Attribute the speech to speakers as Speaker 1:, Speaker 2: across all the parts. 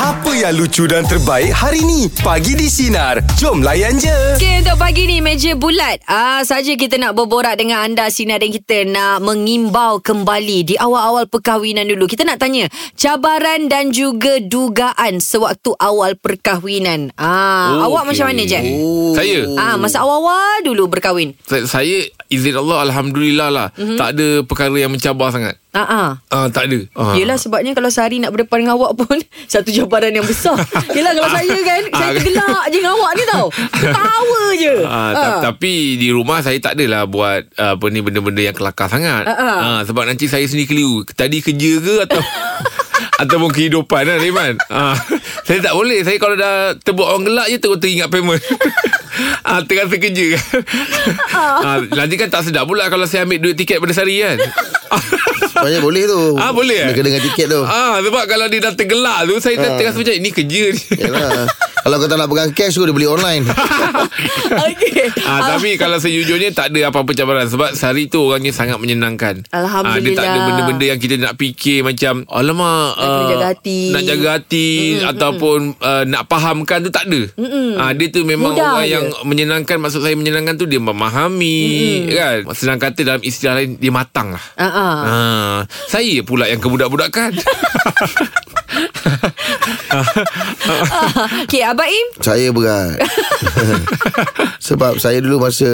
Speaker 1: Apa yang lucu dan terbaik hari ni? Pagi di Sinar. Jom layan je.
Speaker 2: Okay, untuk pagi ni meja bulat. Ah, saja kita nak berborak dengan anda sinar dan kita nak mengimbau kembali di awal-awal perkahwinan dulu. Kita nak tanya cabaran dan juga dugaan sewaktu awal perkahwinan. Ah,
Speaker 3: Oh,
Speaker 2: awak
Speaker 3: okey.
Speaker 2: macam mana je?
Speaker 3: Oh. Saya
Speaker 2: Ah, masa awal-awal dulu berkahwin.
Speaker 3: Sa- Saya izin Allah Alhamdulillah lah
Speaker 2: Mhm.
Speaker 3: mm-hmm. Tak ada perkara yang mencabar sangat
Speaker 2: Ah, ah.
Speaker 3: Ah, tak ada ah.
Speaker 2: Yelah sebabnya kalau sehari nak berdepan dengan awak pun Satu cabaran yang besar Yelah kalau saya kan Saya
Speaker 3: Ah.
Speaker 2: tergelak je dengan awak ni tau Ketawa je
Speaker 3: Ah, ta- Tapi di rumah saya tak adalah buat ah, apa ni benda-benda yang kelakar sangat.
Speaker 2: Ah, ah.
Speaker 3: Ah, sebab nanti saya sendiri keliru. Tadi kerja ke atau ataupun kehidupan lah Riman. Ah, saya tak boleh. Saya kalau dah terbuat orang gelak je terus teringat payment. ah, terasa kerja kan. ah, nanti kan tak sedap pula kalau saya ambil duit tiket pada sehari kan.
Speaker 4: Sebenarnya boleh tu
Speaker 3: Ah, boleh, eh?
Speaker 4: Dia kena dengan tiket tu
Speaker 3: Ah sebab kalau dia dah tergelak tu
Speaker 2: Ah.
Speaker 3: saya ha. terasa macam ini kerja ni.
Speaker 4: Yalah. Ya lah. Kalau kau tak nak pegang cash tu Dia beli online
Speaker 2: Okay
Speaker 3: Ah, tapi kalau sejujurnya tak ada apa-apa cabaran sebab Sari tu orangnya sangat menyenangkan. Ah, dia tak ada
Speaker 2: Alhamdulillah.
Speaker 3: benda-benda yang kita nak fikir macam alamak ah,
Speaker 2: Nak kena jaga hati.
Speaker 3: Nak jaga hati mm ataupun uh, nak fahamkan tu tak ada. Ah, dia tu memang
Speaker 2: Mudah
Speaker 3: orang
Speaker 2: je.
Speaker 3: yang menyenangkan maksud saya menyenangkan tu dia memahami mm kan. Senang kata dalam istilah lain dia matang lah.
Speaker 2: Ah, ah.
Speaker 3: Ah, saya pula yang kebudak-budakan.
Speaker 2: Okay Abang Ah. Im
Speaker 4: Saya berat Sebab saya dulu masa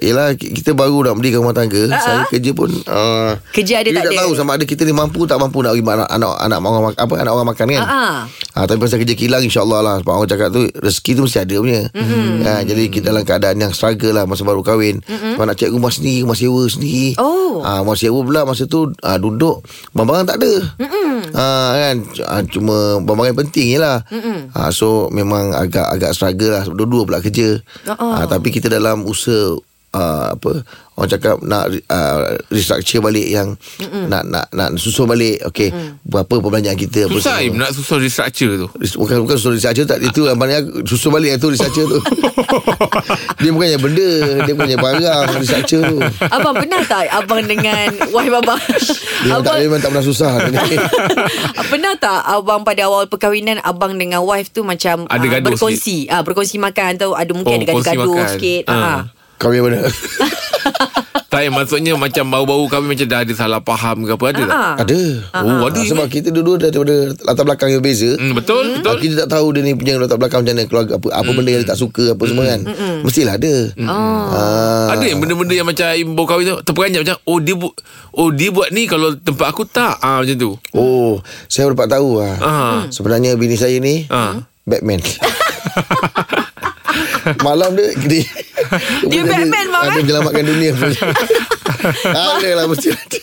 Speaker 4: Yelah kita baru nak berdiri rumah tangga uh-huh. Saya kerja pun uh,
Speaker 2: Ah, Kerja ada
Speaker 4: kita
Speaker 2: tak
Speaker 4: tak
Speaker 2: ada?
Speaker 4: tahu sama ada kita ni mampu tak mampu Nak bagi anak, anak, anak, orang, mak- apa, anak orang makan kan
Speaker 2: Ah.
Speaker 4: Ha, tapi pasal kerja kilang insyaAllah lah Sebab orang cakap tu Rezeki tu mesti ada punya mm-hmm. ha, Jadi kita dalam keadaan yang struggle lah Masa baru kahwin mm-hmm. Sebab nak cek rumah sendiri Rumah sewa sendiri
Speaker 2: Oh.
Speaker 4: ha, Rumah sewa pula masa tu ha, Duduk Barang-barang tak ada mm-hmm. ha, kan C- ha, Cuma barang-barang yang penting je lah mm-hmm. ha, So memang agak agak struggle lah Sebab Dua-dua pula kerja
Speaker 2: Oh.
Speaker 4: ha, Tapi kita dalam usaha Uh, apa orang cakap nak uh, restructure balik yang Mm-mm. nak nak nak susun balik okey mm. berapa perbelanjaan kita apa
Speaker 3: Susah Im
Speaker 4: semua.
Speaker 3: nak susun restructure tu.
Speaker 4: Bukan bukan susun researcher tak Itu yang mana Susun balik yang tu researcher tu Dia bukannya benda Dia bukannya barang Researcher tu
Speaker 2: ah. Abang pernah tak Abang dengan Wife abang
Speaker 4: Dia memang tak, dia
Speaker 2: Abang
Speaker 4: memang tak pernah susah dia ni.
Speaker 2: Pernah tak Abang pada awal perkahwinan Abang dengan wife tu Macam
Speaker 3: Ada
Speaker 2: ah,
Speaker 3: gaduh
Speaker 2: Berkongsi ah, Berkongsi makan Atau ada mungkin
Speaker 3: Oh,
Speaker 2: Ada
Speaker 3: kongsi
Speaker 2: gaduh-gaduh
Speaker 3: makan.
Speaker 2: sikit
Speaker 3: Ah.
Speaker 2: ah.
Speaker 4: Kau punya benda
Speaker 3: Tak yang maksudnya macam baru-baru kami macam dah ada salah faham ke apa ada tak?
Speaker 2: Ah.
Speaker 4: Ada
Speaker 3: Oh, ada
Speaker 4: Ah,
Speaker 3: Im,
Speaker 4: Sebab kita dua-dua daripada Latar belakang yang berbeza
Speaker 3: Hmm, betul, hmm. betul. Hmm.
Speaker 4: Ah, Kita tak tahu dia ni punya latar belakang macam mana keluarga apa apa benda yang dia tak suka apa semua kan. Mestilah ada. Ah.
Speaker 3: Ada yang benda-benda yang macam Ibu kahwin tu Terperanjat macam Oh dia bu- oh dia buat ni Kalau tempat aku tak ah Macam tu
Speaker 4: Oh, saya dapat tahu ah.
Speaker 3: Ah.
Speaker 4: Sebenarnya bini saya ni
Speaker 3: Ah.
Speaker 4: Batman. Malam dia dia,
Speaker 2: Dia Batman, Mak,
Speaker 4: Dia
Speaker 2: eh?
Speaker 4: menyelamatkan dunia. tak ada lah mesti. ada.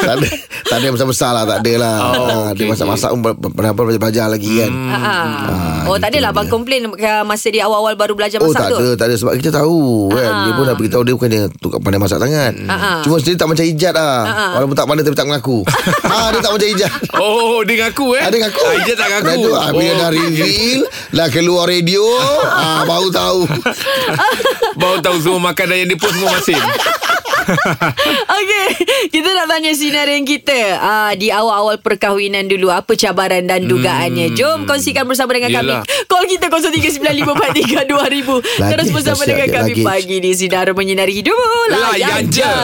Speaker 4: Tak ada. Tak ada yang besar-besar lah, tak ada lah.
Speaker 3: Oh,
Speaker 4: Oh,
Speaker 3: okey, Hmm.
Speaker 4: dia masak-masak pun ber- ber- belajar-belajar lagi kan.
Speaker 2: Ah. ah. Oh tak adalah Abang komplain ke- Masa dia awal-awal Baru belajar
Speaker 4: Oh
Speaker 2: masak tu
Speaker 4: tak ada Tak ada sebab kita tahu kan Dia pun dah beritahu Dia bukan dia tukar pandai masak sangat
Speaker 2: Ah, ah.
Speaker 4: Cuma sendiri tak macam Ijat lah Walaupun tak pandai Tapi tak mengaku ah, Dia tak macam Ijat
Speaker 3: Oh dia ngaku eh
Speaker 4: Ada ngaku
Speaker 3: ah, Dia tak
Speaker 4: Dah
Speaker 3: ngaku Oh,
Speaker 4: tu, ah, Bila dah reveal Dah keluar radio ah, Baru tahu
Speaker 3: Baru tahu semua makanan yang dia post Semua masing
Speaker 2: Okey, kita nak tanya sinarin kita uh, di awal-awal perkahwinan dulu apa cabaran dan dugaannya. Jom kongsikan bersama dengan
Speaker 3: Yelah.
Speaker 2: kami. Call kita 0395432000.
Speaker 4: Lagi
Speaker 2: Terus bersama
Speaker 4: nasihat
Speaker 2: dengan
Speaker 4: dia,
Speaker 2: kami
Speaker 4: lagi.
Speaker 2: pagi di Sinar Menyinari Hidupmu.
Speaker 3: Layan je.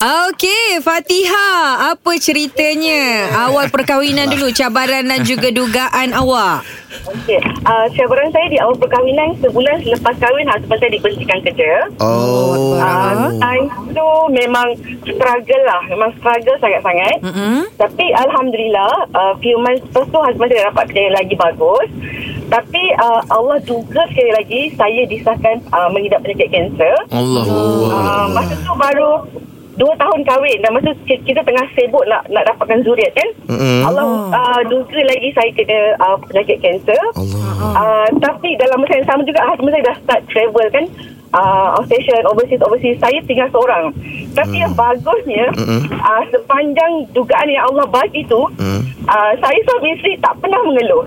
Speaker 2: Okey, Fatihah, apa ceritanya? Awal perkahwinan dulu, cabaran dan juga dugaan awak.
Speaker 5: Okey, uh, cabaran saya di awal perkahwinan sebulan selepas kahwin ha, sebab saya diberhentikan kerja.
Speaker 4: Oh
Speaker 5: Uh, time tu memang struggle lah Memang struggle sangat-sangat
Speaker 2: Hmm.
Speaker 5: mm-hmm. Tapi Alhamdulillah uh, Few months lepas tu Husband saya dapat kerja yang lagi bagus Tapi uh, Allah juga sekali lagi Saya disahkan uh, mengidap penyakit kanser
Speaker 3: Allah
Speaker 5: uh, Masa tu baru Dua tahun kahwin Dan masa tu ki- kita tengah sibuk Nak nak dapatkan zuriat kan
Speaker 4: Mm-mm.
Speaker 5: Allah uh, duga lagi saya kena uh, Penyakit kanser
Speaker 4: Allah
Speaker 5: Uh, tapi dalam masa yang sama juga husband saya dah start travel kan uh, outstation overseas overseas saya tinggal seorang tapi yang
Speaker 4: Hmm.
Speaker 5: bagusnya uh, sepanjang dugaan yang Allah bagi tu
Speaker 4: Hmm.
Speaker 5: uh, saya suami isteri tak pernah mengeluh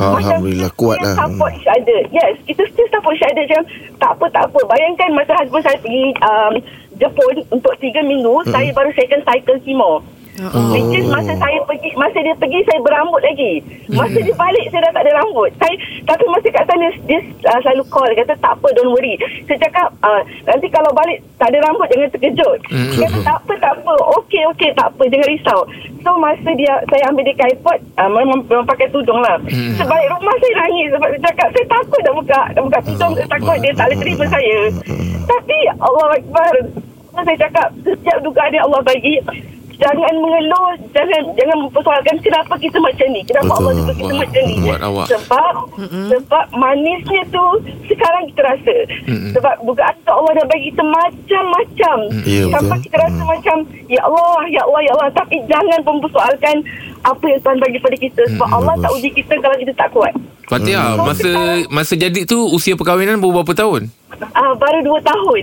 Speaker 4: Alhamdulillah
Speaker 5: Macam
Speaker 4: Kuat
Speaker 5: kita
Speaker 4: lah
Speaker 5: Support each other Yes Kita still support each other Macam tak apa tak apa Bayangkan
Speaker 4: Hmm.
Speaker 5: masa husband saya pergi um, Jepun Untuk 3 minggu Saya baru second cycle chemo Oh. Which is masa saya pergi masa dia pergi saya berambut lagi. Masa dia balik saya dah tak ada rambut. Saya tapi masa kat sana dia uh, selalu call dia kata tak apa don't worry. Saya cakap uh, nanti kalau balik tak ada rambut jangan terkejut. Dia kata tak apa tak apa. Okey okey tak apa jangan risau. So masa dia saya ambil dia ke airport uh, memang, memang pakai tudung lah. So balik rumah saya nangis sebab saya cakap saya takut dah buka dah buka tudung saya takut dia tak boleh terima saya. Tapi Allah Akbar saya cakap setiap dugaan yang Allah bagi jangan mengeluh jangan jangan mempersoalkan kenapa kita macam ni kenapa
Speaker 4: Betul.
Speaker 5: Allah suka kita
Speaker 3: Buat-
Speaker 5: macam ni
Speaker 3: buat awak.
Speaker 5: sebab sebab manisnya tu sekarang kita rasa sebab dugaan tu Allah dah bagi kita macam-macam
Speaker 4: Ya,
Speaker 5: sampai
Speaker 4: betul.
Speaker 5: kita rasa
Speaker 3: Mm.
Speaker 5: macam ya Allah ya Allah ya Allah tapi jangan mempersoalkan apa yang Tuhan bagi pada kita sebab Allah tak uji kita kalau kita tak kuat
Speaker 3: Fatia,
Speaker 5: Hmm.
Speaker 3: masa masa jadi tu usia perkahwinan berapa tahun?
Speaker 5: Ah, baru 2 tahun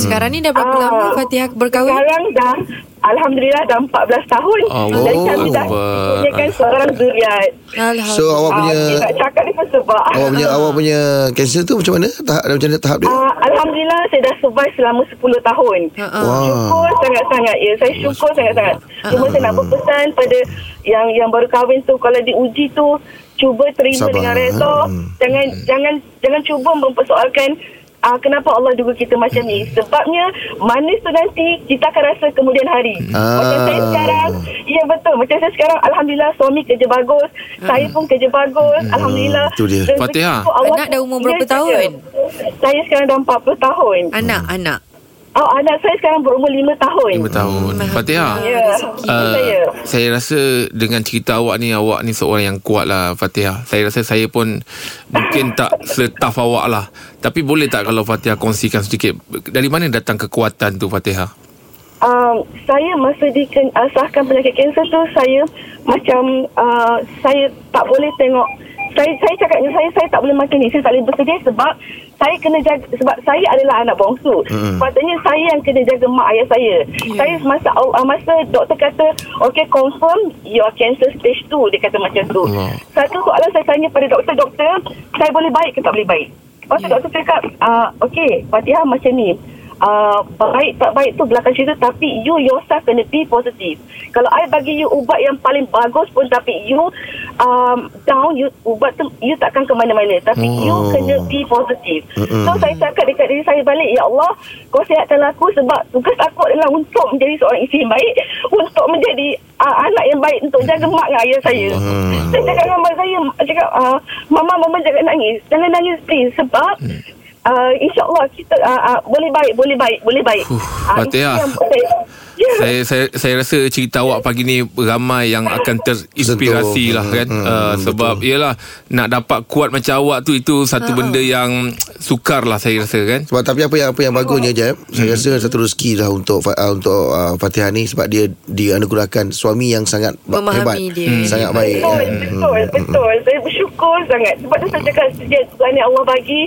Speaker 2: Sekarang ni dah berapa
Speaker 5: Ah,
Speaker 2: lama Fatihah berkahwin?
Speaker 5: Sekarang dah Alhamdulillah dah 14 tahun
Speaker 3: Allah
Speaker 5: Dan kami dah
Speaker 3: Akbar.
Speaker 5: Mempunyai seorang zuriat
Speaker 4: So
Speaker 2: Alhamdulillah.
Speaker 4: awak punya
Speaker 5: Ah, dia nak cakap ni pun sebab
Speaker 4: awak punya awak punya cancer tu macam mana? Tahap macam mana tahap dia?
Speaker 5: Ah, Alhamdulillah saya dah survive selama 10 tahun.
Speaker 2: Uh-uh.
Speaker 4: Wah. Ha,
Speaker 5: Syukur sangat-sangat ya. Saya syukur sangat-sangat. Cuma saya nak berpesan pada yang yang baru kahwin tu kalau diuji tu cuba terima
Speaker 4: Sabar.
Speaker 5: dengan reda.
Speaker 4: Hmm.
Speaker 5: Jangan jangan jangan cuba mempersoalkan Ah, kenapa Allah duga kita macam ni
Speaker 4: Hmm.
Speaker 5: Sebabnya Manis tu nanti Kita akan rasa kemudian hari
Speaker 4: Ah.
Speaker 5: Macam saya sekarang Ya betul Macam saya sekarang Alhamdulillah suami kerja bagus
Speaker 2: Hmm.
Speaker 5: Saya pun kerja bagus Alhamdulillah
Speaker 4: Hmm. Itu dia.
Speaker 5: Rezeki
Speaker 3: Fatihah.
Speaker 5: tu Allah
Speaker 2: Anak dah umur berapa
Speaker 5: Ya, saya.
Speaker 2: tahun?
Speaker 5: Saya sekarang dah 40 tahun.
Speaker 2: Anak-anak.
Speaker 5: Oh, anak saya sekarang berumur 5 tahun.
Speaker 3: 5 tahun. Fatia.
Speaker 5: Ya, uh, saya.
Speaker 3: Uh, saya rasa dengan cerita awak ni awak ni seorang yang kuat lah Fatihah. Saya rasa saya pun mungkin tak setaf awak lah. Tapi boleh tak kalau Fatihah kongsikan sedikit dari mana datang kekuatan tu Fatihah?
Speaker 5: Um, saya masa disahkan penyakit kanser tu, saya macam uh, saya tak boleh tengok saya saya cakap dengan saya saya tak boleh makan ni saya tak boleh bersedih sebab saya kena jaga sebab saya adalah anak bongsu mm. sepatutnya saya yang kena jaga mak ayah saya yeah. saya masa uh, masa doktor kata okay confirm your cancer stage 2 dia kata macam tu
Speaker 3: Allah.
Speaker 5: satu soalan saya tanya pada doktor doktor saya boleh baik ke tak boleh baik lepas tu doktor cakap uh, okay Fatihah macam ni Uh, baik tak baik tu belakang cerita tapi you yourself kena be positive kalau I bagi you ubat yang paling bagus pun tapi you um, down you ubat tu you takkan ke mana-mana tapi oh. you
Speaker 4: Oh.
Speaker 5: kena be positive mm so saya cakap dekat diri saya balik ya Allah kau sihatkan aku sebab tugas aku adalah untuk menjadi seorang isteri yang baik untuk menjadi uh, anak yang baik untuk jaga mak dengan ayah saya saya cakap dengan mak saya mak cakap uh, mama mama jangan nangis jangan nangis please sebab Uh, InsyaAllah kita uh, uh, boleh baik, boleh baik, boleh baik.
Speaker 3: Huh,
Speaker 5: Ah, itu
Speaker 3: Fatihah.
Speaker 5: yang saya, Ya.
Speaker 3: saya saya saya rasa cerita awak pagi ni ramai yang akan terinspirasi
Speaker 4: Betul.
Speaker 3: lah kan
Speaker 4: Hmm,
Speaker 3: hmm, uh,
Speaker 4: betul.
Speaker 3: sebab ialah nak dapat kuat macam awak tu itu satu benda yang sukar lah saya rasa kan
Speaker 4: Sebab tapi apa yang apa yang bagusnya Jeb, saya rasa
Speaker 3: Mm.
Speaker 4: satu rezeki dah untuk Fa- uh, untuk uh, Fatihah ni sebab dia dianugerahkan suami yang sangat ba-
Speaker 2: Memahami
Speaker 4: hebat,
Speaker 2: dia. Mm.
Speaker 4: Hmm. sangat baik.
Speaker 5: Ya, Betul, betul, betul. Saya bersyukur sangat. Sebab tu saya cakap setiap Tuhan yang Allah bagi,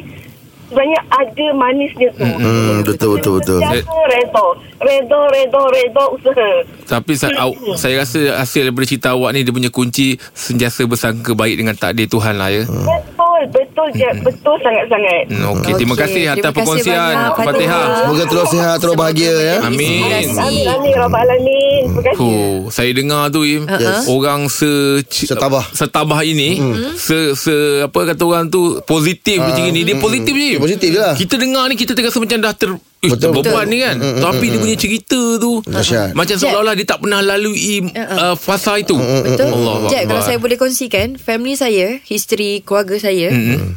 Speaker 5: sebenarnya ada manisnya tu.
Speaker 4: Hmm, betul betul betul.
Speaker 5: Sentiasa Redha. Redha, redha, redha usaha.
Speaker 3: tapi saya, aw, saya rasa hasil daripada cerita awak ni dia punya kunci sentiasa bersangka baik dengan takdir Tuhan lah ya hmm.
Speaker 5: Betul, betul, Jeb. Betul sangat-sangat.
Speaker 3: Okey, okay, terima
Speaker 2: Okey,
Speaker 3: kasih atas
Speaker 2: terima kasih
Speaker 3: perkongsian
Speaker 2: banyak,
Speaker 3: Fatihah.
Speaker 2: Fatihah.
Speaker 4: Semoga terus sihat, terus bahagia ya.
Speaker 3: Amin.
Speaker 5: Amin,
Speaker 2: Terima kasih.
Speaker 5: amin, Rabbal Alamin. Terima kasih.
Speaker 3: Oh, saya dengar tu Im,
Speaker 2: Uh-huh.
Speaker 4: Yes.
Speaker 3: orang se
Speaker 4: Setabah. Hmm.
Speaker 3: setabah ini
Speaker 2: Hmm.
Speaker 3: se se apa kata orang tu positif
Speaker 4: Ah.
Speaker 3: macam ni.
Speaker 4: Hmm.
Speaker 3: Dia positif je. Im.
Speaker 4: Dia positif je lah.
Speaker 3: Kita dengar ni kita terasa macam dah ter eh,
Speaker 4: Betul, Hmm,
Speaker 3: terbeban
Speaker 4: betul.
Speaker 3: ni kan. Tapi dia punya cerita tu
Speaker 4: Dahsyat. Hmm,
Speaker 3: macam seolah-olah dia tak pernah lalui uh, fasa itu.
Speaker 2: Uh-uh. Betul?
Speaker 3: Allah
Speaker 2: Jack, kalau saya boleh kongsikan, family saya, history keluarga saya,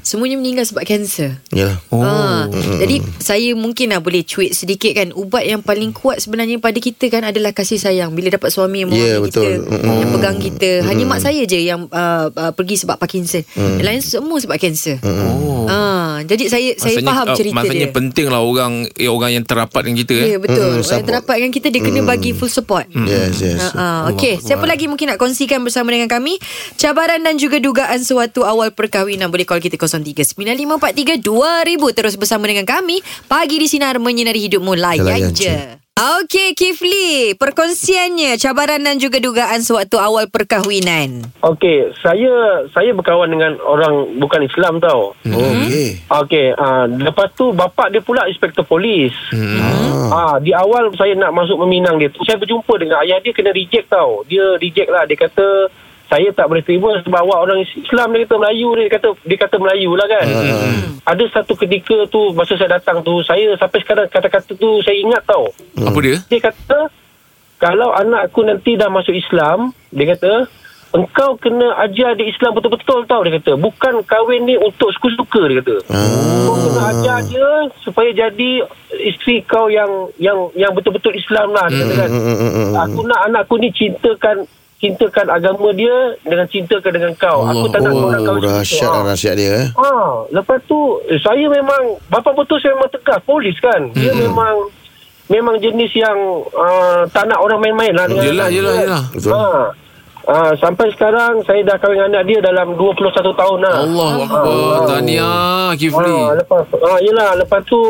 Speaker 2: semuanya meninggal sebab kanser.
Speaker 4: Ya.
Speaker 3: Oh.
Speaker 2: Ha, jadi saya mungkin lah boleh cuit sedikit kan Ubat yang paling kuat sebenarnya pada kita kan Adalah kasih sayang Bila dapat suami yang
Speaker 4: Ya,
Speaker 2: memahami
Speaker 4: betul.
Speaker 2: kita
Speaker 4: Mm-mm.
Speaker 2: Yang pegang kita Hanya mak saya je yang uh, uh, pergi sebab Parkinson Yang lain semua sebab kanser
Speaker 3: Mm. Oh.
Speaker 2: ha, Jadi saya saya faham
Speaker 3: ah,
Speaker 2: cerita
Speaker 3: Maksudnya
Speaker 2: dia
Speaker 3: penting lah orang eh, orang yang terapat dengan kita eh.
Speaker 2: Ya betul Orang yang
Speaker 4: Mm, support.
Speaker 2: terdapat dengan kita Dia kena bagi full support
Speaker 3: Mm.
Speaker 4: Yes, yes.
Speaker 2: Ha, Okey, siapa lagi mungkin nak kongsikan bersama dengan kami cabaran dan juga dugaan suatu awal perkahwinan boleh call kita 0395432000 terus bersama dengan kami pagi di sinar menyinari hidupmu layan
Speaker 4: Layan
Speaker 2: je.
Speaker 4: je.
Speaker 2: Okey Kifli, perkongsiannya cabaran dan juga dugaan sewaktu awal perkahwinan.
Speaker 6: Okey, saya saya berkawan dengan orang bukan Islam tau.
Speaker 4: Oh, okey.
Speaker 6: Okey, uh, lepas tu bapak dia pula inspektor polis. Hmm. Ah, di awal saya nak masuk meminang dia. tu, Saya berjumpa dengan ayah dia kena reject tau. Dia reject lah. Dia kata saya tak boleh terima sebab awak orang Islam dia kata Melayu dia kata dia kata Melayu lah kan. Hmm. Ada satu ketika tu masa saya datang tu saya sampai sekarang kata-kata tu saya ingat tau.
Speaker 3: Apa dia?
Speaker 6: Dia kata kalau anak aku nanti dah masuk Islam, dia kata engkau kena ajar dia Islam betul-betul tau dia kata. Bukan kahwin ni untuk suka-suka dia kata.
Speaker 4: Ah.
Speaker 6: Kau kena ajar dia supaya jadi isteri kau yang yang yang betul-betul Islam lah dia kata
Speaker 4: Mm,
Speaker 6: kan. Aku nak anakku ni cintakan cintakan agama dia dengan cintakan dengan kau. aku tak nak
Speaker 4: Oh,
Speaker 6: orang kahwin
Speaker 4: dahsyat
Speaker 6: suka-suka.
Speaker 4: lah nasihat dia eh.
Speaker 6: Ha, lepas tu eh, saya memang bapa betul saya memang tegas polis kan. Dia hmm. memang memang jenis yang uh, tak nak orang main-main lah. dengan
Speaker 3: Yelah,
Speaker 6: anak
Speaker 3: yelah,
Speaker 6: dia.
Speaker 3: yelah.
Speaker 4: Betul.
Speaker 6: Ha. Uh, sampai sekarang saya dah kahwin dengan anak dia dalam 21 tahun
Speaker 2: Hmm.
Speaker 6: lah.
Speaker 3: Allah Akbar. Tahniah Kifli.
Speaker 6: Ha, lepas ha, yelah, lepas tu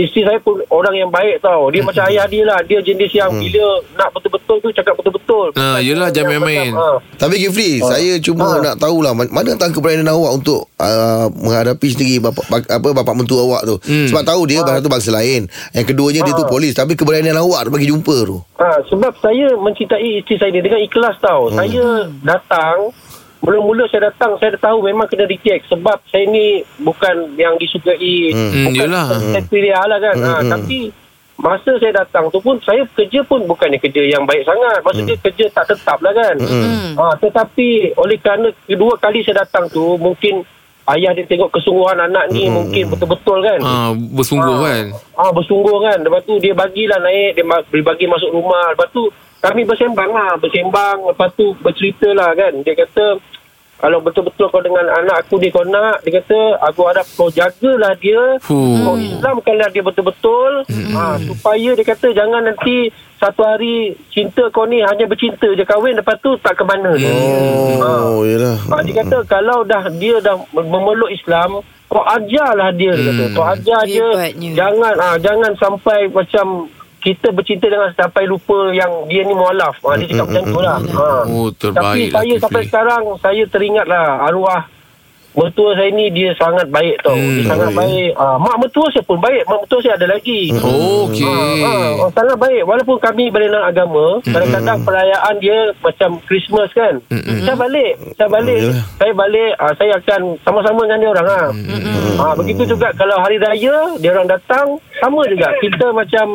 Speaker 6: isteri saya pun orang yang baik tau. Dia
Speaker 3: Hmm.
Speaker 6: macam ayah dia lah. Dia jenis yang bila nak betul-betul tu cakap betul-betul. Ha.
Speaker 3: Ha, yelah, jangan
Speaker 6: Yang
Speaker 3: main-main.
Speaker 6: macam,
Speaker 4: Tapi
Speaker 6: Oh.
Speaker 4: Kifli, saya cuma
Speaker 6: Ha.
Speaker 4: nak tahulah man- mana datang keberanian awak untuk uh, menghadapi sendiri bapak bak, apa bapak mentua awak tu. Hmm. Sebab tahu
Speaker 6: Ha.
Speaker 4: dia bahasa tu bangsa lain. Yang keduanya dia tu polis, tapi keberanian awak tu bagi jumpa tu.
Speaker 6: Ha, sebab saya mencintai isteri saya ni dengan ikhlas tau. Hmm. Saya datang, mula-mula saya datang, saya dah tahu memang kena reject. Sebab saya ni bukan yang disukai.
Speaker 3: Hmm,
Speaker 6: Bukan
Speaker 3: yelah.
Speaker 6: kriteria lah kan. Hmm. Ha, tapi masa saya datang tu pun, saya kerja pun bukannya kerja yang baik sangat. Maksudnya hmm. kerja tak tetap lah kan. Hmm. Ha, tetapi oleh kerana kedua kali saya datang tu, mungkin ayah dia tengok kesungguhan anak ni mungkin betul-betul kan.
Speaker 3: Ha, bersungguh kan.
Speaker 6: Ah bersungguh kan. Lepas tu dia bagilah naik, dia, ma- dia bagi masuk rumah. Lepas tu kami bersembang lah, bersembang. Lepas tu bercerita lah kan. Dia kata kalau betul-betul kau dengan anak aku dia kau nak, dia kata aku harap kau jagalah dia.
Speaker 3: Fuh.
Speaker 6: Kau Islamkanlah dia betul-betul. Hmm. Ha, supaya dia kata jangan nanti satu hari cinta kau ni hanya bercinta je kahwin lepas tu tak ke mana.
Speaker 3: Ya,
Speaker 6: Hmm.
Speaker 4: Oh, yalah.
Speaker 6: Ha, dia kata kalau dah dia dah memeluk Islam, kau ajarlah dia hmm. kata. Kau ajar dia
Speaker 2: Hebatnya.
Speaker 6: jangan ha, jangan sampai macam kita bercinta dengan sampai lupa yang dia ni mualaf. Ha, dia cakap macam tu lah. Ha.
Speaker 3: Oh,
Speaker 6: Tapi
Speaker 3: terbaik lah,
Speaker 6: saya sampai
Speaker 3: Kifli.
Speaker 6: sekarang saya teringatlah arwah Mertua saya ni dia sangat baik tau. Hmm,
Speaker 3: Oh,
Speaker 6: dia
Speaker 3: ya.
Speaker 6: sangat baik. Ha, mak mertua saya pun baik. Mak mertua saya ada lagi.
Speaker 3: Hmm. Okey.
Speaker 6: Ha, ha, sangat baik walaupun kami berlainan agama mm-hmm. kadang-kadang perayaan dia macam Christmas kan mm-hmm. saya balik saya balik
Speaker 4: Yalah.
Speaker 6: saya balik ha, saya akan sama-sama dengan dia orang ha. Mm-hmm. ha begitu juga kalau hari raya dia orang datang sama juga kita macam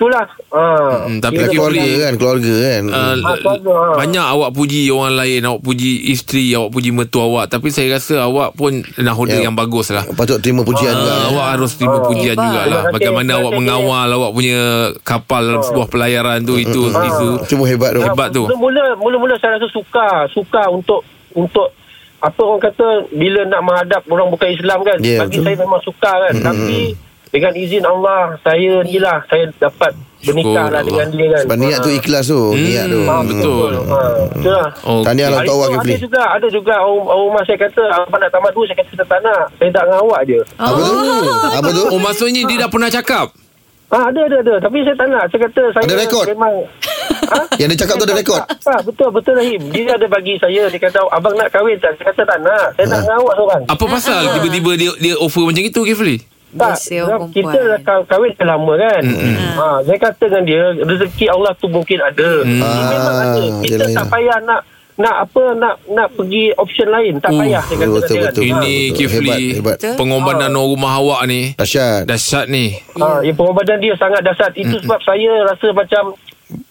Speaker 6: itulah ha
Speaker 3: Mm, tapi
Speaker 6: Kita
Speaker 4: Yalah,
Speaker 3: Kifli-
Speaker 4: keluarga kan, keluarga kan.
Speaker 3: Uh,
Speaker 6: Ah, keluarga, ah.
Speaker 3: banyak awak puji orang lain Awak puji isteri Awak puji mertua awak Tapi saya rasa awak pun Nahoda
Speaker 4: Ya.
Speaker 3: yang bagus lah
Speaker 4: Patut terima pujian
Speaker 6: Ha,
Speaker 4: juga. eh.
Speaker 3: Ah, awak harus terima pujian
Speaker 2: Hebat.
Speaker 3: jugalah
Speaker 6: Terima kasih.
Speaker 3: Bagaimana
Speaker 6: Terima
Speaker 3: awak
Speaker 6: kasih. Ah.
Speaker 3: mengawal Awak punya kapal Dalam sebuah pelayaran tu Itu
Speaker 4: Ah.
Speaker 3: itu
Speaker 4: Ha. Cuma hebat tu.
Speaker 3: Hebat tu
Speaker 6: Mula-mula mula-mula saya rasa suka, suka untuk untuk apa orang kata bila nak menghadap orang bukan Islam kan.
Speaker 4: Ya,
Speaker 6: Yeah,
Speaker 4: betul.
Speaker 6: bagi betul. saya memang suka kan. Mm-hmm. Tapi dengan izin Allah saya ni lah saya dapat bernikah lah
Speaker 3: Allah.
Speaker 6: dengan dia kan.
Speaker 4: Sebab niat tu ikhlas tu, niat tu.
Speaker 6: Ha,
Speaker 3: Betul.
Speaker 6: Ha, betul lah.
Speaker 3: Oh,
Speaker 4: Tahniah lah untuk
Speaker 6: Hari tu
Speaker 4: awak
Speaker 6: ada
Speaker 4: Kifli.
Speaker 6: juga ada juga orang, orang rumah saya kata abang nak tamat dulu saya kata saya tak nak saya tak dengan awak je
Speaker 4: Apa tu? Apa tu?
Speaker 6: Ah.
Speaker 3: Oh maksudnya dia dah pernah cakap
Speaker 6: ha, ada ada ada tapi saya tak nak saya kata saya
Speaker 4: Ada rekod?
Speaker 6: memang ha?
Speaker 4: Yang dia cakap tu ada rekod.
Speaker 6: Ha, betul betul Rahim. Dia ada bagi saya dia kata abang nak kahwin tak? Saya kata tak nak. Saya nak
Speaker 4: Ha.
Speaker 6: dengan awak seorang.
Speaker 3: Apa
Speaker 6: ah.
Speaker 3: pasal tiba-tiba dia dia offer macam itu Kifli
Speaker 6: Tak.
Speaker 2: Biasa orang
Speaker 6: kita
Speaker 2: perempuan.
Speaker 6: dah kaw- kahwin dah lama kan. Ha, saya kata dengan dia rezeki Allah tu mungkin ada. Dia memang ada.
Speaker 4: Mm. Ah,
Speaker 6: Kita
Speaker 4: yelah,
Speaker 6: tak
Speaker 4: yelah.
Speaker 6: payah nak nak apa nak nak pergi option lain tak payah saya kata
Speaker 4: Mm. betul,
Speaker 6: dengan
Speaker 4: betul.
Speaker 6: dia. kan.
Speaker 3: Ini
Speaker 4: betul.
Speaker 3: Kifli
Speaker 4: Hebat, hebat.
Speaker 6: Ah.
Speaker 3: Pengorbanan orang rumah awak ni
Speaker 4: Dahsyat.
Speaker 3: Dahsyat ni
Speaker 6: Ha, ya, pengorbanan dia sangat dahsyat. Itu sebab saya rasa macam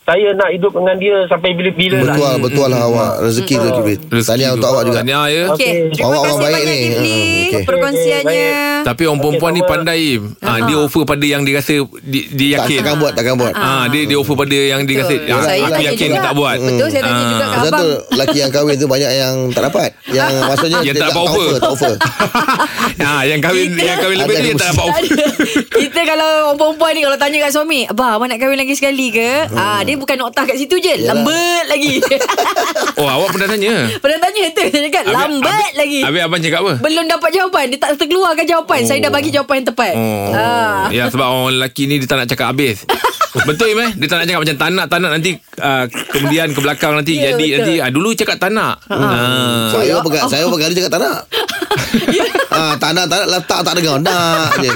Speaker 6: saya nak hidup dengan dia sampai bila-bila lah.
Speaker 4: Betul, betul lah awak. Rezeki tu Kifli.
Speaker 3: Mm-hmm. Rezeki
Speaker 4: Tahniah
Speaker 3: tu.
Speaker 4: untuk awak juga.
Speaker 3: Tahniah ya
Speaker 2: Okey,
Speaker 6: Okey.
Speaker 2: terima
Speaker 4: Awak
Speaker 2: kasih
Speaker 4: orang baik
Speaker 2: banyak
Speaker 4: ni.
Speaker 2: Kifli
Speaker 4: Ha, okey.
Speaker 2: perkongsiannya.
Speaker 3: Tapi orang perempuan ni
Speaker 6: sama.
Speaker 3: pandai Im.
Speaker 2: Ah.
Speaker 3: ha, Dia offer pada yang dia rasa Dia, dia
Speaker 4: Tak,
Speaker 3: yakin
Speaker 4: takkan buat, takkan buat.
Speaker 3: Ah, dia dia offer pada yang dia kata
Speaker 2: Betul.
Speaker 3: ah,
Speaker 2: Saya
Speaker 3: aku
Speaker 2: tanya
Speaker 3: yakin
Speaker 2: juga.
Speaker 3: dia tak buat. Ah.
Speaker 2: Betul, saya tanya juga kat
Speaker 4: Pasal
Speaker 2: abang.
Speaker 4: tu lelaki yang kahwin tu banyak yang tak dapat. Yang maksudnya
Speaker 3: Yang
Speaker 4: dia
Speaker 3: tak dapat offer.
Speaker 4: Tak offer.
Speaker 3: ah, yang kahwin
Speaker 2: Kita-
Speaker 3: yang kahwin lebih
Speaker 4: Ada
Speaker 3: dia tak
Speaker 4: kemungkinan.
Speaker 3: dapat offer.
Speaker 2: Kita kalau orang perempuan ni kalau tanya kat suami, "Abah, abang nak kahwin lagi sekali ke?" Ah, dia bukan noktah kat situ je.
Speaker 4: Yalah.
Speaker 2: Lambat lagi.
Speaker 3: Oh awak pernah tanya
Speaker 2: Pernah tanya tu. Saya cakap
Speaker 3: Habis-
Speaker 2: lambat
Speaker 3: habis-
Speaker 2: lagi.
Speaker 3: Habis abang cakap apa
Speaker 2: Belum dapat jawapan. Dia tak terkeluarkan jawapan. Saya dah bagi jawapan yang tepat.
Speaker 3: Oh.
Speaker 2: Ah.
Speaker 3: Ya sebab orang lelaki ni dia tak nak cakap habis. betul Im eh Dia tak nak cakap macam tak nak Tak nak nanti uh, Kemudian ke belakang nanti
Speaker 2: Ya,
Speaker 3: yeah, Jadi
Speaker 2: betul. Ah.
Speaker 3: nanti uh, Dulu cakap tak nak uh.
Speaker 4: Saya pegang saya pegang dia cakap tak nak. ah, tak nak tak nak letak tak dengar. Nak je.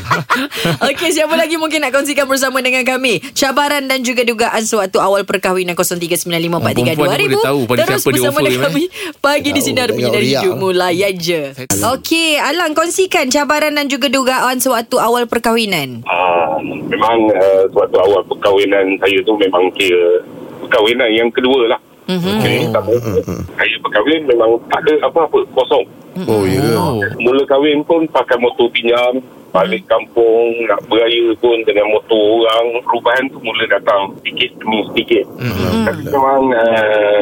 Speaker 2: Okey, siapa lagi mungkin nak kongsikan bersama dengan kami? Cabaran dan juga dugaan sewaktu awal perkahwinan 0395432000.
Speaker 3: Perempuan ni boleh tahu pada
Speaker 2: Terus
Speaker 3: siapa dia
Speaker 2: bersama
Speaker 3: offer,
Speaker 2: dengan
Speaker 3: eh.
Speaker 2: kami pagi di
Speaker 4: Tahu,
Speaker 2: sinar
Speaker 4: tengok
Speaker 2: menyinari
Speaker 4: riak.
Speaker 2: hidupmu layan je. Okey, Alang kongsikan cabaran dan juga dugaan sewaktu awal perkahwinan.
Speaker 7: Ah, memang uh, suatu awal perkahwinan saya tu memang kira perkahwinan yang kedua lah. Mm-hmm. Okay, tak apa. Saya berkahwin memang tak ada apa-apa, kosong.
Speaker 4: Oh ya. Yeah.
Speaker 3: Oh.
Speaker 7: Mula kahwin pun pakai motor pinjam,
Speaker 4: Hmm.
Speaker 7: balik kampung, nak beraya pun dengan motor orang. Perubahan tu mula datang sedikit demi sedikit.
Speaker 4: Hmm.
Speaker 7: Mm-hmm. Tapi memang uh,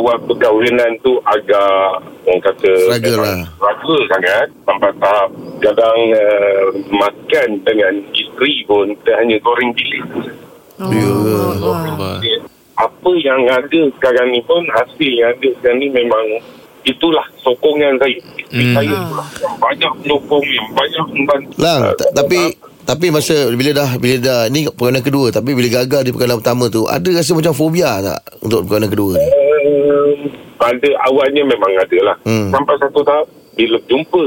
Speaker 7: awal perkahwinan tu agak, orang kata,
Speaker 4: Struggle
Speaker 7: memang
Speaker 4: lah.
Speaker 7: rasa sangat sampai tahap kadang uh, makan dengan isteri pun kita hanya goreng bilik.
Speaker 4: Ya
Speaker 2: Oh.
Speaker 7: Apa yang ada sekarang ni pun hasil yang ada sekarang ni memang itulah sokongan saya. Isteri
Speaker 3: Hmm.
Speaker 7: saya pula yang banyak menyokong yang banyak membantu.
Speaker 4: Lang,
Speaker 7: Ah,
Speaker 4: ta- tapi tapi masa bila dah bila dah ni perkahwinan kedua tapi bila gagal di perkahwinan pertama tu ada rasa macam fobia tak untuk perkahwinan kedua ni?
Speaker 7: Um, pada awalnya memang ada lah.
Speaker 4: Hmm.
Speaker 7: Sampai satu tahap bila jumpa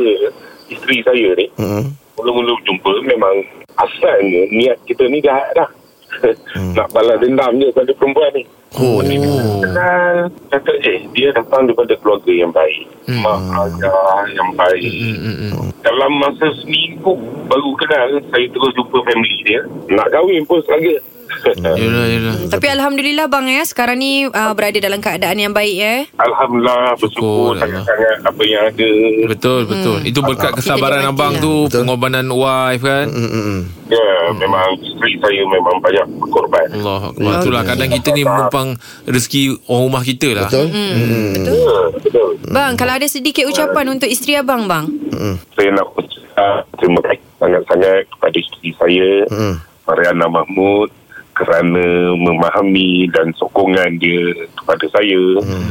Speaker 7: isteri saya ni,
Speaker 4: Hmm.
Speaker 7: mula-mula jumpa memang asalnya niat kita ni jahat dah. hmm. Nak balas dendam je pada perempuan ni.
Speaker 4: Oh,
Speaker 7: Kenal, kata eh dia datang daripada keluarga yang baik. Hmm. Mak ayah yang baik. Hmm. Dalam masa seminggu baru kenal, saya terus jumpa family dia. Nak kahwin pun serangga. Hmm.
Speaker 3: Yelah yelah
Speaker 2: Tapi alhamdulillah bang ya, sekarang ni uh, berada dalam keadaan yang baik ya.
Speaker 7: Alhamdulillah
Speaker 3: Syukur,
Speaker 7: bersyukur sangat-sangat apa yang ada.
Speaker 3: Betul betul Itu berkat kesabaran
Speaker 2: Ah. Kita lah.
Speaker 3: abang
Speaker 2: nikmati
Speaker 3: tu Pengorbanan wife kan
Speaker 4: Hmm, hmm, hmm.
Speaker 7: Ya, memang isteri saya memang banyak berkorban.
Speaker 3: Allah Akbar Itulah kadang kita ni menumpang Rezeki orang rumah kita lah
Speaker 4: Betul? Mm-hmm.
Speaker 7: Ya, betul.
Speaker 2: Bang, kalau ada sedikit ucapan untuk isteri abang bang.
Speaker 7: Saya nak ucap terima kasih sangat-sangat kepada isteri saya,
Speaker 4: Hmm.
Speaker 7: Mariana Mahmud kerana memahami dan sokongan dia kepada saya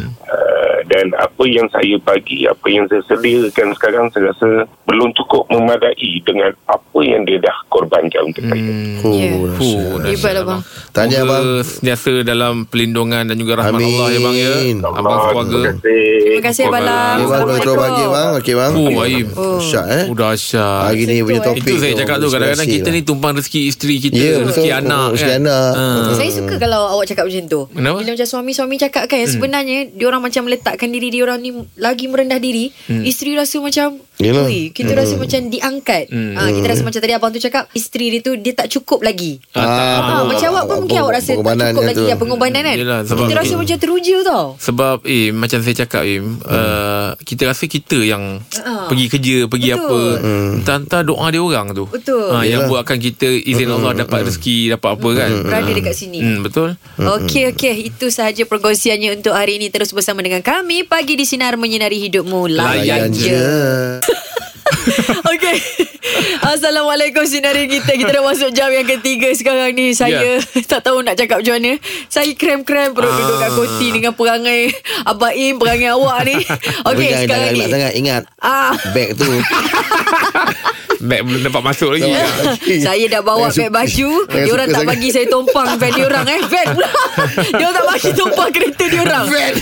Speaker 7: uh, dan apa yang saya bagi apa yang saya sediakan sekarang saya rasa belum cukup memadai dengan apa yang dia dah korbankan untuk saya
Speaker 4: Oh,
Speaker 2: Ya.
Speaker 3: Fuh,
Speaker 4: dahsyat.
Speaker 2: Hebat lah bang.
Speaker 4: Tahniah,
Speaker 3: Semoga
Speaker 4: abang.
Speaker 3: Sentiasa dalam pelindungan Dan juga rahmat
Speaker 4: Amin.
Speaker 3: Allah ya bang ya Abang keluarga
Speaker 7: terima kasih
Speaker 2: Terima kasih
Speaker 3: Okey,
Speaker 2: Balam.
Speaker 4: Okey, bang, boleh terus bagi bang. Okey bang.
Speaker 3: Oh, Aib.
Speaker 2: Oh.
Speaker 4: Syak eh.
Speaker 3: Oh dahsyat
Speaker 4: Hari ni punya topik.
Speaker 3: Itu saya cakap tu Kadang-kadang kita ni Tumpang rezeki isteri kita
Speaker 4: lah. Ya,
Speaker 3: Rezeki
Speaker 4: betul.
Speaker 3: anak
Speaker 4: Rezeki
Speaker 3: kan
Speaker 4: anak.
Speaker 3: Ah.
Speaker 2: Saya suka kalau awak cakap macam tu.
Speaker 3: Kenapa?
Speaker 2: Bila macam suami-suami cakap kan hmm. sebenarnya diorang macam meletakkan diri diorang ni lagi merendah diri. Hmm. Isteri rasa macam
Speaker 4: Yelah.
Speaker 2: Ui, kita hmm. rasa macam diangkat. Hmm. Ha, kita rasa macam tadi abang tu cakap isteri dia tu dia tak cukup lagi.
Speaker 3: Ah, tak.
Speaker 2: Ha, macam awak pun mungkin awak rasa tak
Speaker 4: pengorbanan
Speaker 2: cukup
Speaker 4: dia
Speaker 2: lagi
Speaker 4: tu.
Speaker 2: ya pengorbanan kan.
Speaker 3: Yelah, sebab
Speaker 2: kita rasa
Speaker 3: mungkin-
Speaker 2: macam teruja tau.
Speaker 3: Sebab eh macam saya cakap Im, hmm. uh, kita rasa kita yang
Speaker 2: Ah.
Speaker 3: uh pergi kerja, pergi
Speaker 2: Betul.
Speaker 3: apa, hantar doa dia orang tu.
Speaker 2: Betul.
Speaker 3: Ah, yang buatkan kita izin Allah dapat rezeki, dapat apa kan.
Speaker 2: Berada dekat sini.
Speaker 3: Hmm, betul.
Speaker 2: Okey okey itu sahaja perkongsiannya untuk hari ini terus bersama dengan kami pagi di sinar menyinari hidupmu layan,
Speaker 3: Layan
Speaker 2: je.
Speaker 3: je.
Speaker 2: Okey. Assalamualaikum sinari kita. Kita dah masuk jam yang ketiga sekarang ni. Saya
Speaker 4: Ya.
Speaker 2: yeah. tak tahu nak cakap macam mana. Saya krem-krem perut
Speaker 3: Ah.
Speaker 2: duduk kat koti dengan perangai Abang Im, perangai awak ni. Okey,
Speaker 4: Jangan
Speaker 2: sekarang
Speaker 4: jangan
Speaker 2: ni.
Speaker 4: gelak sangat Ingat
Speaker 2: Ah.
Speaker 4: Beg tu
Speaker 3: Bag belum dapat masuk lagi.
Speaker 2: saya dah bawa
Speaker 4: Saya
Speaker 2: beg
Speaker 4: suka-
Speaker 2: baju
Speaker 4: saya
Speaker 2: Diorang
Speaker 4: suka
Speaker 2: tak
Speaker 4: sangat.
Speaker 2: bagi saya tumpang Van diorang eh Van pula Diorang tak bagi tumpang kereta diorang Van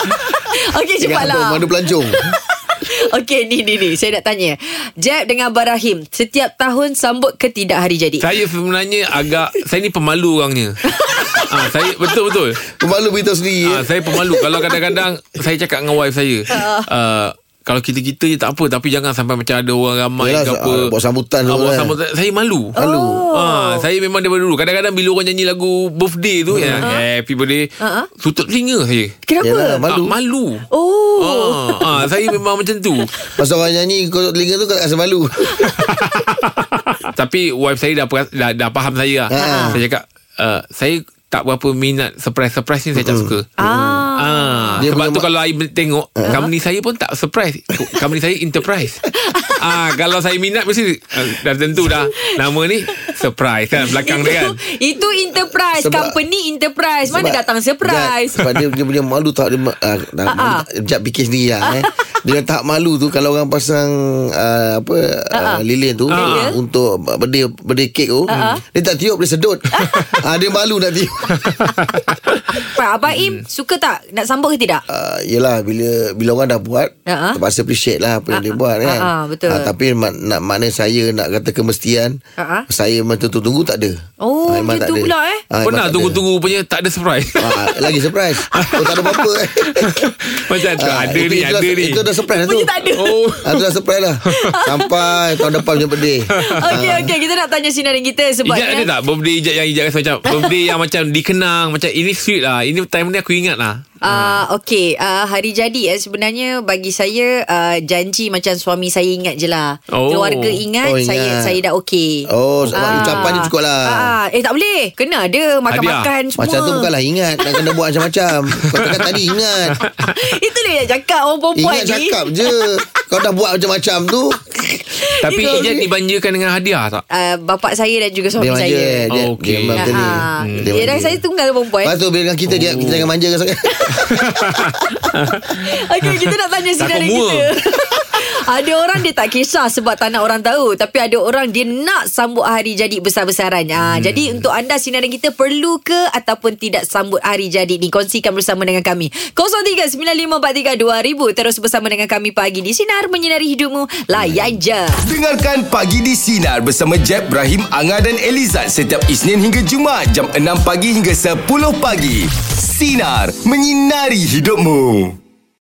Speaker 2: Okey cepatlah
Speaker 4: Madu pelancong
Speaker 2: Okey ni ni ni Saya nak tanya Jeb dengan Abang Rahim Setiap tahun sambut ke tidak hari jadi
Speaker 3: Saya sebenarnya agak saya ni pemalu orangnya. ah, saya betul betul.
Speaker 4: Malu beritahu sendiri
Speaker 3: Ah, saya pemalu kalau kadang-kadang saya cakap dengan wife saya. Uh, kalau kita-kita je tak apa tapi jangan sampai macam ada orang ramai
Speaker 4: Yelah,
Speaker 3: ke apa.
Speaker 4: ah, buat sambutan
Speaker 3: Ah,
Speaker 4: semua
Speaker 3: buat
Speaker 4: kan.
Speaker 3: sambutan. Saya malu.
Speaker 4: Malu
Speaker 2: Oh.
Speaker 3: Ah, saya memang daripada dulu Kadang-kadang bila orang nyanyi lagu Birthday tu yang Happy birthday
Speaker 2: Ah.
Speaker 3: Sutut telinga saya
Speaker 2: Ya, Kenapa?
Speaker 4: Yelah malu
Speaker 3: Ah, malu
Speaker 2: Oh
Speaker 3: ah, ah, Saya memang macam tu
Speaker 4: Masa orang nyanyi Kau telinga tu kau tak rasa malu
Speaker 3: Tapi wife saya dah, peras- dah, dah faham saya lah
Speaker 4: Ah.
Speaker 3: Saya cakap uh, Saya tak berapa minat Surprise-surprise ni saya tak suka
Speaker 2: Ah.
Speaker 3: Ah,
Speaker 4: Dia
Speaker 3: sebab tu
Speaker 4: punya ma- Ha,
Speaker 3: kalau I tengok uh-huh. company saya pun tak surprise. Co- company saya enterprise. ah, kalau saya minat mesti ah, dah tentu dah nama ni Surprise kan
Speaker 2: itu,
Speaker 3: belakang dia kan.
Speaker 2: Itu enterprise
Speaker 4: Sebab-
Speaker 2: Company enterprise Mana
Speaker 4: Sebab-
Speaker 2: datang surprise
Speaker 4: Sebab dia, dia punya malu tak dia, ma- ah, dah-
Speaker 2: Ah, ah.
Speaker 4: dia Sekejap fikir sendiri lah eh. Dengan tahap malu tu Kalau orang pasang ah, Apa ah, Lilin tu
Speaker 2: Lilin. Ah,
Speaker 4: Untuk Berdeh Berdeh kek tu Hmm. Dia tak tiup Dia sedut Ah, Dia malu nak tiup
Speaker 2: Pak Abang Im
Speaker 3: Hmm.
Speaker 2: Suka tak Nak sambut ke tidak
Speaker 4: uh, Yelah bila bila orang dah buat
Speaker 2: Ah, ah.
Speaker 4: uh-huh. Terpaksa appreciate lah Apa yang
Speaker 2: Ah,
Speaker 4: dia buat
Speaker 2: ah,
Speaker 4: kan
Speaker 2: ah, betul.
Speaker 4: Ah, Tapi mak, nak, makna saya Nak kata kemestian
Speaker 2: Ah, ah.
Speaker 4: Saya memang tunggu-tunggu tak ada
Speaker 2: Oh,
Speaker 4: Ah, memang
Speaker 2: macam
Speaker 4: tak
Speaker 2: tu
Speaker 4: ada.
Speaker 2: pula, eh?
Speaker 4: Ah, memang
Speaker 3: Pernah
Speaker 4: tak ada.
Speaker 3: tunggu-tunggu punya tak ada surprise.
Speaker 4: ah, Lagi surprise Oh tak ada apa-apa
Speaker 3: Macam tu
Speaker 4: Ah,
Speaker 3: ada
Speaker 4: itu-
Speaker 3: ni
Speaker 4: itu
Speaker 3: ada
Speaker 4: dah-
Speaker 3: ni.
Speaker 4: Itu dah surprise dah tu
Speaker 2: Punya tak ada
Speaker 3: Oh.
Speaker 4: Ah, Itu dah surprise dah Sampai tahun depan punya birthday
Speaker 2: Okey okey kita nak tanya sinarin kita sebabnya
Speaker 3: Ijat ada tak birthday Ijat yang Ijat rasa macam birthday yang macam dikenang macam ini sweet lah. Ini time ni aku ingat lah.
Speaker 2: Ah uh, okey uh, hari jadi eh sebenarnya bagi saya uh, janji macam suami saya ingat je lah.
Speaker 3: Oh.
Speaker 2: Keluarga ingat,
Speaker 4: Oh,
Speaker 2: saya
Speaker 4: ingat.
Speaker 2: saya dah okey.
Speaker 4: Oh, ucapan je cukup lah.
Speaker 2: Ah, eh tak boleh. Kena ada makan-makan semua.
Speaker 4: Macam tu bukanlah ingat Nak kena buat macam-macam Kau cakap tadi ingat
Speaker 2: Itu dia yang cakap orang perempuan
Speaker 4: Ingat
Speaker 2: ni.
Speaker 4: cakap je Kau dah buat macam-macam tu
Speaker 3: Tapi
Speaker 2: Itu-
Speaker 3: Ijat dibanjakan dengan hadiah tak?
Speaker 2: Uh, bapak saya dan juga suami
Speaker 4: Dia manja eh.
Speaker 2: saya.
Speaker 4: Dia,
Speaker 3: Oh, okey.
Speaker 4: dia memang macam ni
Speaker 2: Ah,
Speaker 4: Hmm.
Speaker 2: dia dah
Speaker 4: manja.
Speaker 2: saya tunggal perempuan.
Speaker 4: Lepas tu bila dengan kita dia,
Speaker 3: Oh.
Speaker 4: Kita jangan manja kan sangat
Speaker 2: Okey, kita nak tanya
Speaker 3: Takut
Speaker 2: saudara
Speaker 3: mua.
Speaker 2: kita. ada orang dia tak kisah sebab tak nak orang tahu Tapi ada orang dia nak sambut hari jadi besar-besaran ha,
Speaker 4: Hmm.
Speaker 2: Jadi untuk anda sinaran kita perlu ke ataupun tidak sambut hari jadi ni Kongsikan bersama dengan kami 03-9543-2000 Terus bersama dengan kami pagi di Sinar Menyinari Hidupmu Layan je
Speaker 1: Dengarkan Pagi di Sinar bersama Jeb, Ibrahim, Anga dan Elizad setiap Isnin hingga Jumaat jam 6 pagi hingga 10 pagi. Sinar. Menyinari hidupmu.